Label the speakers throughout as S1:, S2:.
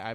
S1: I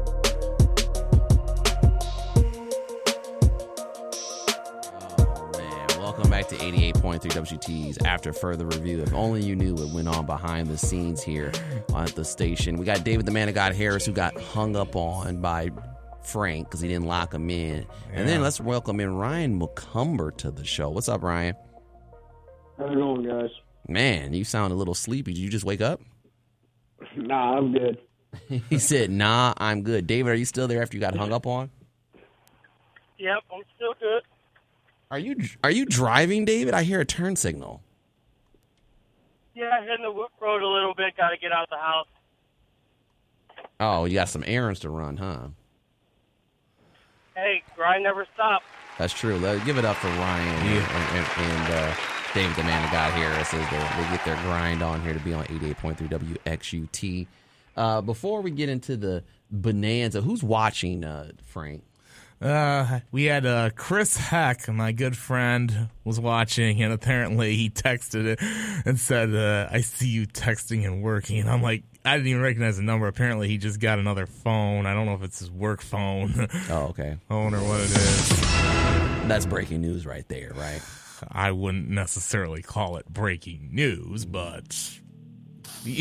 S1: Oh, Man, welcome back to 88.3 WT's After Further Review. If only you knew what went on behind the scenes here at the station. We got David the Man of God Harris, who got hung up on by Frank because he didn't lock him in. And then let's welcome in Ryan McCumber to the show. What's up, Ryan?
S2: How's it going, guys?
S1: Man, you sound a little sleepy. Did you just wake up?
S2: Nah, I'm good.
S1: He said, Nah, I'm good. David, are you still there after you got hung up on?
S3: Yep, I'm still good.
S1: Are you are you driving, David? I hear a turn signal.
S3: Yeah, hitting the road a little bit. Got to get out of the house.
S1: Oh, you got some errands to run, huh?
S3: Hey, grind never stops.
S1: That's true. Let- Give it up for Ryan and- and, and, uh, David, the man of God Harris, as they, they get their grind on here to be on 88.3 WXUT. Uh, before we get into the bonanza, who's watching, uh, Frank?
S4: Uh, we had uh, Chris Heck, my good friend, was watching, and apparently he texted it and said, uh, "I see you texting and working." And I'm like, I didn't even recognize the number. Apparently, he just got another phone. I don't know if it's his work phone,
S1: Oh, okay.
S4: phone or what it is.
S1: That's breaking news right there, right?
S4: I wouldn't necessarily call it breaking news, but.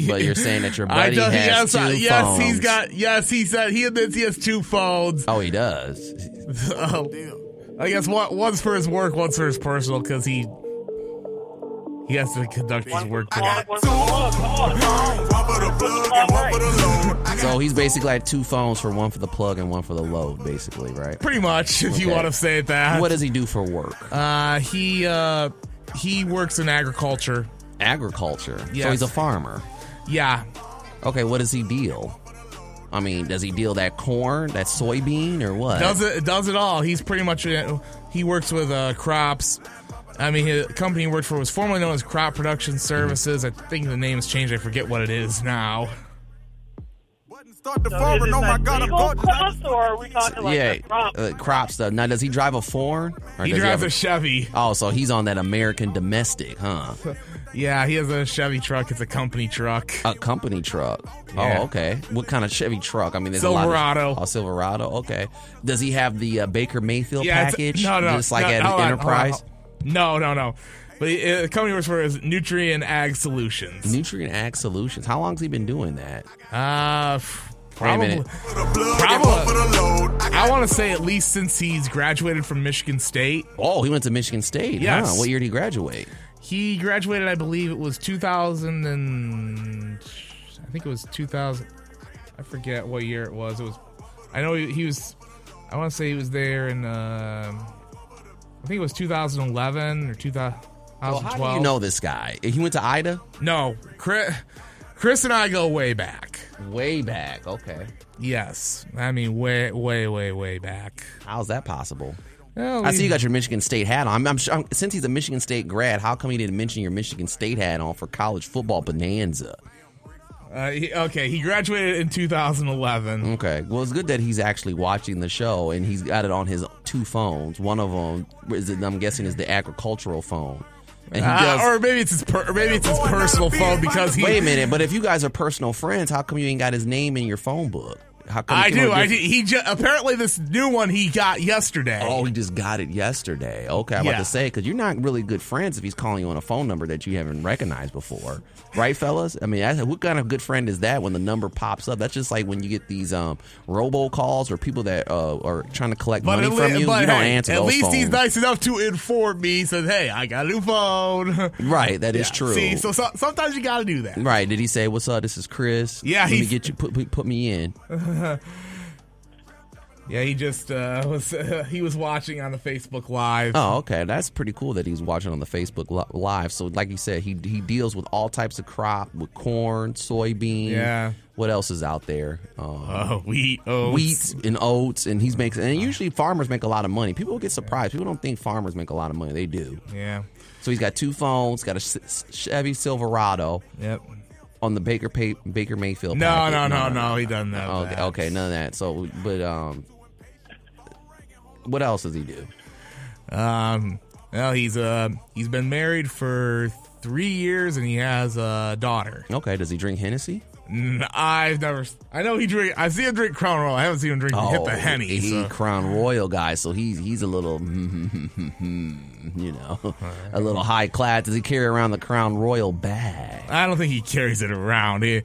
S1: But you're saying that your
S4: I
S1: buddy
S4: don't,
S1: has
S4: yes, I-
S1: two
S4: yes,
S1: phones.
S4: he's got. Yes, he said he admits he has two phones.
S1: Oh, he does.
S4: Oh, I guess one, one's for his work, one's for his personal, because he he has to conduct his work.
S3: One,
S4: Today.
S3: one, one, one, one.
S1: So he's basically had two phones for one for the plug and one for the load, basically, right?
S4: Pretty much, if you
S1: Okay.
S4: want to say it that.
S1: What does he do for work?
S4: uh, he uh, he works in agriculture.
S1: Agriculture. So
S4: yes.
S1: he's a farmer.
S4: Yeah,
S1: Okay, what does he deal? I mean, does he deal that corn, that soybean, or what?
S4: does it does it all. He's pretty much uh, he works with uh, crops. I mean, his company he worked for was formerly known as Crop Production
S1: Mm-hmm.
S4: Services. I think the name's changed. I forget what it is now.
S3: So is it like legal crops, or are we talking like
S1: yeah,
S3: the crops?
S1: uh, crop stuff. Now, does he drive a foreign? Or
S4: He
S1: does
S4: drives
S1: have
S4: a Chevy.
S1: Oh, so he's on that American domestic, huh?
S4: Yeah, he has a Chevy truck. It's a company truck.
S1: A company truck.
S4: Yeah.
S1: Oh, okay. What kind of Chevy truck? I mean, there's A lot
S4: Silverado.
S1: of, oh, Silverado. Okay. Does he have the uh, Baker Mayfield
S4: yeah, it's-
S1: package?
S4: no, no,
S1: just like
S4: no,
S1: at
S4: hold on, hold on,
S1: Enterprise.
S4: hold on. No, no, no. But he- uh, the company works for is Nutrient Ag Solutions.
S1: Nutrient Ag Solutions. How long's he been doing that?
S4: uh, f-
S1: Wait a
S4: probably.
S1: minute.
S4: probably- I want to say at least since he's graduated from Michigan State.
S1: Oh, he went to Michigan State.
S4: Yes.
S1: Huh? What year did he graduate?
S4: He graduated, I believe it was 2000 and I think it was 2000. I forget what year it was. It was. I know he, he was. I want to say he was there in. um I think it was 2011 or 2012.
S1: Well, how do you know this guy? He went to Ida?
S4: No, Chris, Chris and I go way back.
S1: Way back. Okay.
S4: Yes, I mean way, way, way, way back.
S1: How's that possible?
S4: Well,
S1: I
S4: we-
S1: see you got your Michigan State hat on. I'm, I'm, sure- I'm since he's a Michigan State grad, how come he didn't mention your Michigan State hat on for college football bonanza?
S4: Uh, he, okay, he graduated in 2011.
S1: Okay, well it's good that he's actually watching the show and he's got it on his two phones. One of them is, I'm guessing, is the agricultural phone, and he
S4: Uh,
S1: does.
S4: or maybe it's his per- or maybe it's his personal phone because he.
S1: wait a minute, but if you guys are personal friends, how come you ain't got his name in your phone book? How come? it
S4: I
S1: came
S4: do.
S1: up
S4: I do.
S1: different-
S4: He ju- apparently this new one he got yesterday.
S1: Oh, he just got it yesterday. Okay, I'm about
S4: Yeah.
S1: to say because you're not really good friends if he's calling you on a phone number that you haven't recognized before, right, fellas? I mean, that's, what kind of good friend is that when the number pops up? That's just like when you get these um, robocalls or people that uh, are trying to collect
S4: but
S1: money
S4: at, le-
S1: from you.
S4: but
S1: you don't
S4: hey,
S1: answer
S4: at
S1: those
S4: least
S1: phones.
S4: he's nice enough to inform me. He Says, "Hey, I got a new phone."
S1: Right, that is
S4: Yeah,
S1: true.
S4: See, so, so sometimes you got to do that.
S1: right? Did he say, "What's up? This is Chris.
S4: Yeah,
S1: let me
S4: he's-
S1: get you put put, put me in."
S4: Yeah, he just uh, was he was watching on the Facebook Live.
S1: Oh, okay. That's pretty cool that he's watching on the Facebook li- Live. So, like you said, he he deals with all types of crop, with corn, soybean.
S4: Yeah.
S1: What else is out there? Um,
S4: Oh, wheat, oats. Uh.
S1: wheat and oats, and he's making. And usually, farmers make a lot of money. People get surprised. People don't think farmers make a lot of money. They do.
S4: Yeah.
S1: So he's got two phones. Got a S- S- Chevy Silverado
S4: Yep.
S1: on the Baker pa- Baker Mayfield.
S4: No,
S1: package.
S4: no, no, no. He doesn't know.
S1: Okay,
S4: that.
S1: Oh, okay, none of that. So, but um, what else does he do?
S4: Um, well, he's uh he's been married for three years and he has a daughter.
S1: Okay, does he drink Hennessy?
S4: N- I've never. I know he drink. I see him drink Crown Royal. I haven't seen him drink hit the henny.
S1: Oh, he
S4: so.
S1: Crown Royal guy, so he's he's a little, you know, a little high class. Does he carry around the Crown Royal bag?
S4: I don't think he carries it around. He,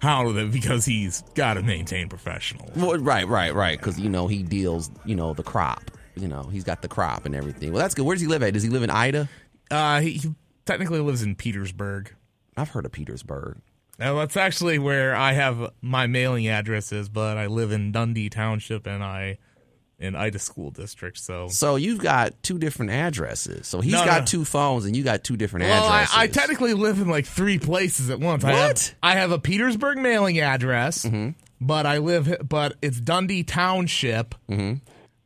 S4: how with it because he's got to maintain professional.
S1: Well, right, right, right. Because you know he deals, you know, the crop. You know, he's got the crop and everything. Well, that's good. Where does he live at? Does he live in Ida?
S4: Uh, he, he technically lives in Petersburg.
S1: I've heard of Petersburg.
S4: Now, that's actually where I have my mailing address is, but I live in Dundee Township and I in Ida School District. So,
S1: So you've got two different addresses. So he's
S4: No,
S1: got
S4: no.
S1: two phones, and you got two different
S4: well, I,
S1: addresses.
S4: I technically live in like three places at once. I
S1: What?
S4: have, I have a Petersburg mailing address, but I live, but it's Dundee Township,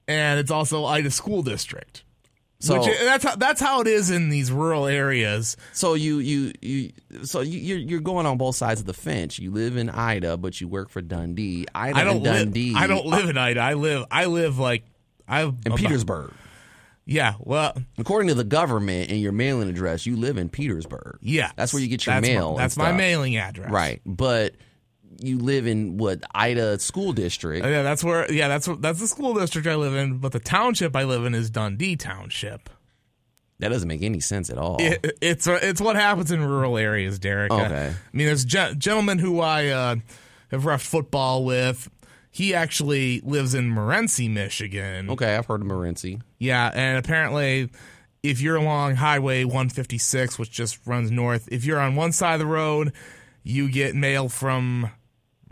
S4: and it's also Ida School District.
S1: so
S4: Which that's how that's how it is in these rural areas.
S1: so you you you so you, you're you're going on both sides of the fence. You live in Ida, but you work for Dundee. Ida
S4: I don't
S1: and
S4: live.
S1: Dundee.
S4: I don't live in Ida. I live. I live like I in
S1: in Petersburg.
S4: Yeah. Well.
S1: According to the government and your mailing address, you live in Petersburg.
S4: Yeah.
S1: that's where you get your
S4: That's my-
S1: mail. and
S4: that's my
S1: stuff.
S4: mailing address.
S1: Right. But you live in what Ida school district.
S4: Uh, Yeah. That's where. Yeah. That's where, that's the school district I live in. But the township I live in is Dundee Township.
S1: That doesn't make any sense at all.
S4: It, it's uh, it's what happens in rural areas, Derek.
S1: Okay.
S4: I mean, there's gen- gentleman who I uh, have roughed football with. He actually lives in Morenci, Michigan.
S1: Okay, I've heard of Morenci.
S4: Yeah, and apparently, if you're along Highway 156, which just runs north, if you're on one side of the road, you get mail from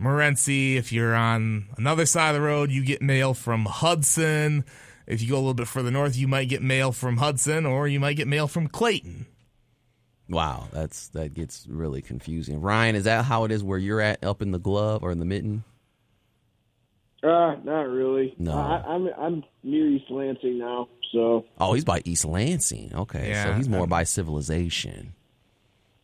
S4: Morenci. If you're on another side of the road, you get mail from Hudson. If you go a little bit further north, you might get mail from Hudson, or you might get mail from Clayton.
S1: Wow, that's that gets really confusing. Ryan, is that how it is where you're at up in the glove or in the mitten?
S2: Uh, not really.
S1: No.
S2: I, I'm I'm near East Lansing now, so
S1: Oh, he's by East Lansing. Okay. so
S4: Yeah,
S1: he's more
S4: I'm-
S1: by civilization.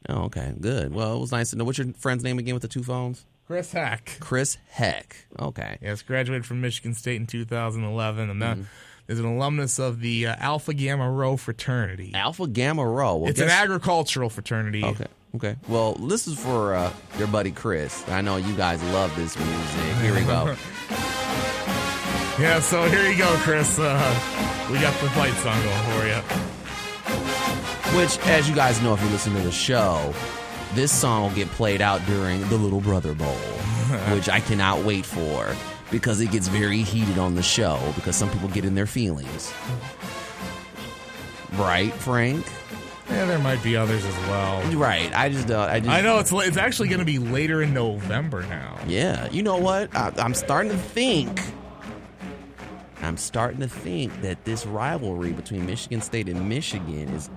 S1: Oh, okay. Good. Well, it was nice to know. What's your friend's name again with the two phones?
S4: Chris Hack.
S1: Chris Heck. Okay.
S4: Yes, graduated from Michigan State in 2011, and that is an alumnus of the uh, Alpha Gamma Rho fraternity.
S1: Alpha Gamma Rho. Well,
S4: it's an
S1: guess-
S4: agricultural fraternity.
S1: Okay. Okay. Well, this is for uh, your buddy Chris. I know you guys love this music. Here we go.
S4: Yeah, so here you go, Chris. Uh, we got the fight song going for you.
S1: Which, as you guys know, if you listen to the show, this song will get played out during the Little Brother Bowl, which I cannot wait for because it gets very heated on the show because some people get in their feelings. Right, Frank?
S4: Yeah, there might be others as well.
S1: Right. I just don't. I, just,
S4: I know it's la- it's actually going to be later in November now.
S1: Yeah, you know what? I, I'm starting to think. I'm starting to think that this rivalry between Michigan State and Michigan is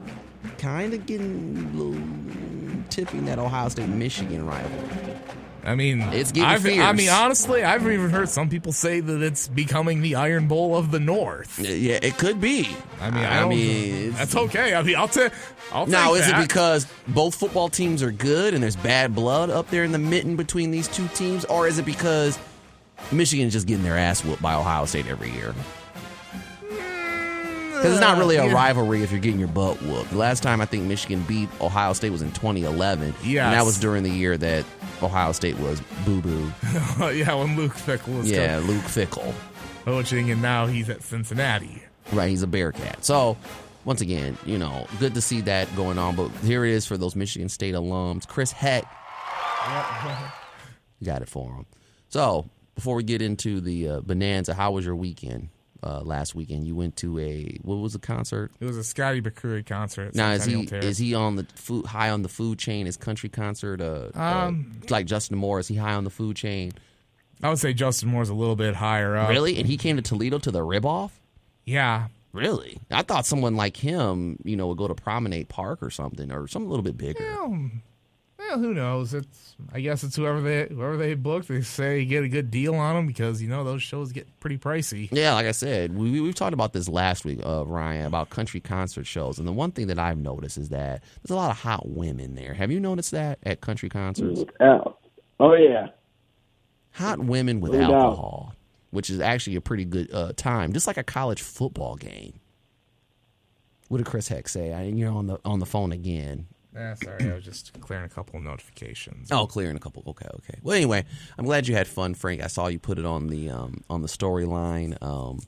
S1: kind of getting a little tipping that Ohio State Michigan rivalry.
S4: I mean,
S1: It's getting
S4: I've, I
S1: fierce.
S4: mean, honestly, I've even heard some people say that it's becoming the Iron Bowl of the North.
S1: Yeah, it could be.
S4: I mean, I, don't,
S1: mean, it's-
S4: that's okay. I mean, I'll take. I'll
S1: now
S4: take
S1: is it
S4: that.
S1: because both football teams are good and there's bad blood up there in the mitten between these two teams, or is it because Michigan's just getting their ass whooped by Ohio State every year? Because it's not really a
S4: Mm, Yeah.
S1: rivalry if you're getting your butt whooped. The last time I think Michigan beat Ohio State was in 2011. And that
S4: Yes.
S1: was during the year that Ohio State was boo boo.
S4: yeah, when Luke Fickle was
S1: yeah, Luke Fickle.
S4: coaching, and now he's at Cincinnati.
S1: Right, he's a Bearcat. So, once again, you know, good to see that going on. But here it is for those Michigan State alums. Chris Heck got it for him. So, before we get into the uh, bonanza, how was your weekend? Uh, last weekend, you went to a what was the concert?
S4: It was a Scotty Bakuri concert. At
S1: Now is he
S4: Centennial Terrace.
S1: is he on the food high on the food chain? Is country concert uh, uh, like Justin Moore? Is he high on the food chain?
S4: I would say Justin Moore's a little bit higher up.
S1: Really? And he came to Toledo to the rib off?
S4: Yeah.
S1: Really? I thought someone like him, you know, would go to Promenade Park or something, or something a little bit bigger.
S4: Well, well, who knows? It's I guess it's whoever they whoever they book. They say you get a good deal on them because you know those shows get pretty pricey.
S1: Yeah, like I said, we, we- we've talked about this last week, uh, Ryan, about country concert shows. And the one thing that I've noticed is that there's a lot of hot women there. Have you noticed that at country concerts?
S2: Out. Oh yeah.
S1: Hot women with
S2: No doubt.
S1: alcohol, which is actually a pretty good uh, time, just like a college football game. What did Chris Heck say? I, you're on the on the phone again.
S4: Eh, sorry, I was just clearing a couple of notifications.
S1: Oh, clear in a couple. Okay, okay. Well, anyway, I'm glad you had fun, Frank. I saw you put it on the um, on the storyline. Um,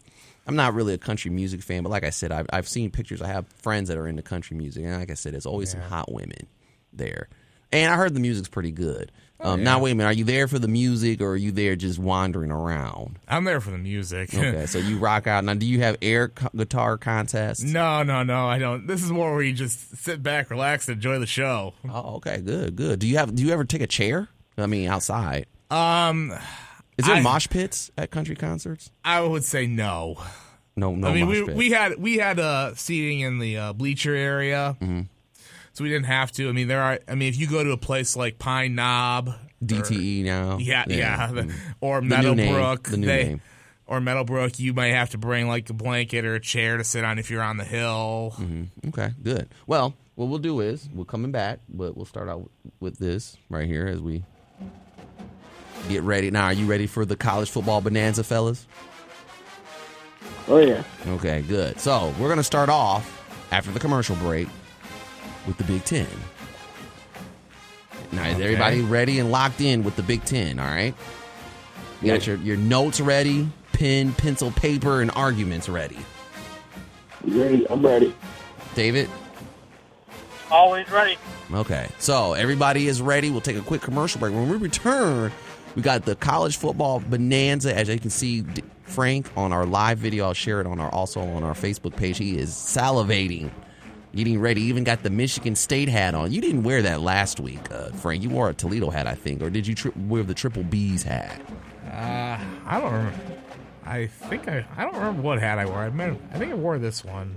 S1: I'm not really a country music fan, but like I said, I've, I've seen pictures. I have friends that are into country music, and like I said, there's always some hot women there. And I heard the music's pretty good.
S4: Oh,
S1: Um, Now, wait a minute. Are you there for the music, or are you there just wandering around?
S4: I'm there for the music.
S1: Okay, so you rock out. Now, do you have air co- guitar contests?
S4: no, no, no, I don't. This is more where you just sit back, relax, and enjoy the show.
S1: Oh, okay, good, good. Do you have? Do you ever take a chair? I mean, outside.
S4: Um,
S1: Is there
S4: I-
S1: mosh pits at country concerts?
S4: I would say no.
S1: No, no.
S4: I mean,
S1: mosh
S4: we
S1: pit.
S4: we had we had uh, seating in the uh, bleacher area,
S1: Mm-hmm.
S4: so we didn't have to. I mean, there are. I mean, if you go to a place like Pine Knob, or-
S1: DTE E now.
S4: yeah, yeah, the-
S1: Mm.
S4: or
S1: The new name,
S4: Meadowbrook,
S1: the new
S4: they-
S1: name.
S4: or Meadowbrook, you might have to bring like a blanket or a chair to sit on if you're on the hill.
S1: Mm-hmm. Okay, good. Well, what we'll do is we're coming back, but we'll start out with this right here as we get ready. Now, are you ready for the college football bonanza, fellas?
S2: Oh yeah.
S1: Okay, good. So we're gonna start off after the commercial break with the Big Ten. Now, is
S4: Okay.
S1: everybody ready and locked in with the Big Ten? All right. You got your, your notes ready, pen, pencil, paper, and arguments ready.
S2: You ready? I'm ready.
S1: David,
S3: Always ready.
S1: Okay. So everybody is ready. We'll take a quick commercial break. When we return, we got the college football bonanza. As you can see, D- Frank on our live video. I'll share it on our also on our Facebook page. He is salivating, getting ready. Even got the Michigan State hat on. You didn't wear that last week, uh, Frank. You wore a Toledo hat, I think, or did you tri- wear the Triple B's hat?
S4: Uh, I don't remember. I think I I don't remember what hat I wore. I mean, I think I wore this one.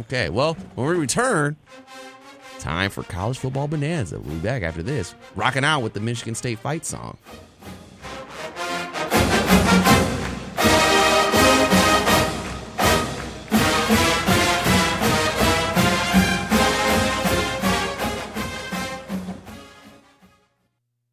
S1: Okay. Well, when we return, time for college football bonanza. We'll be back after this, rocking out with the Michigan State fight song.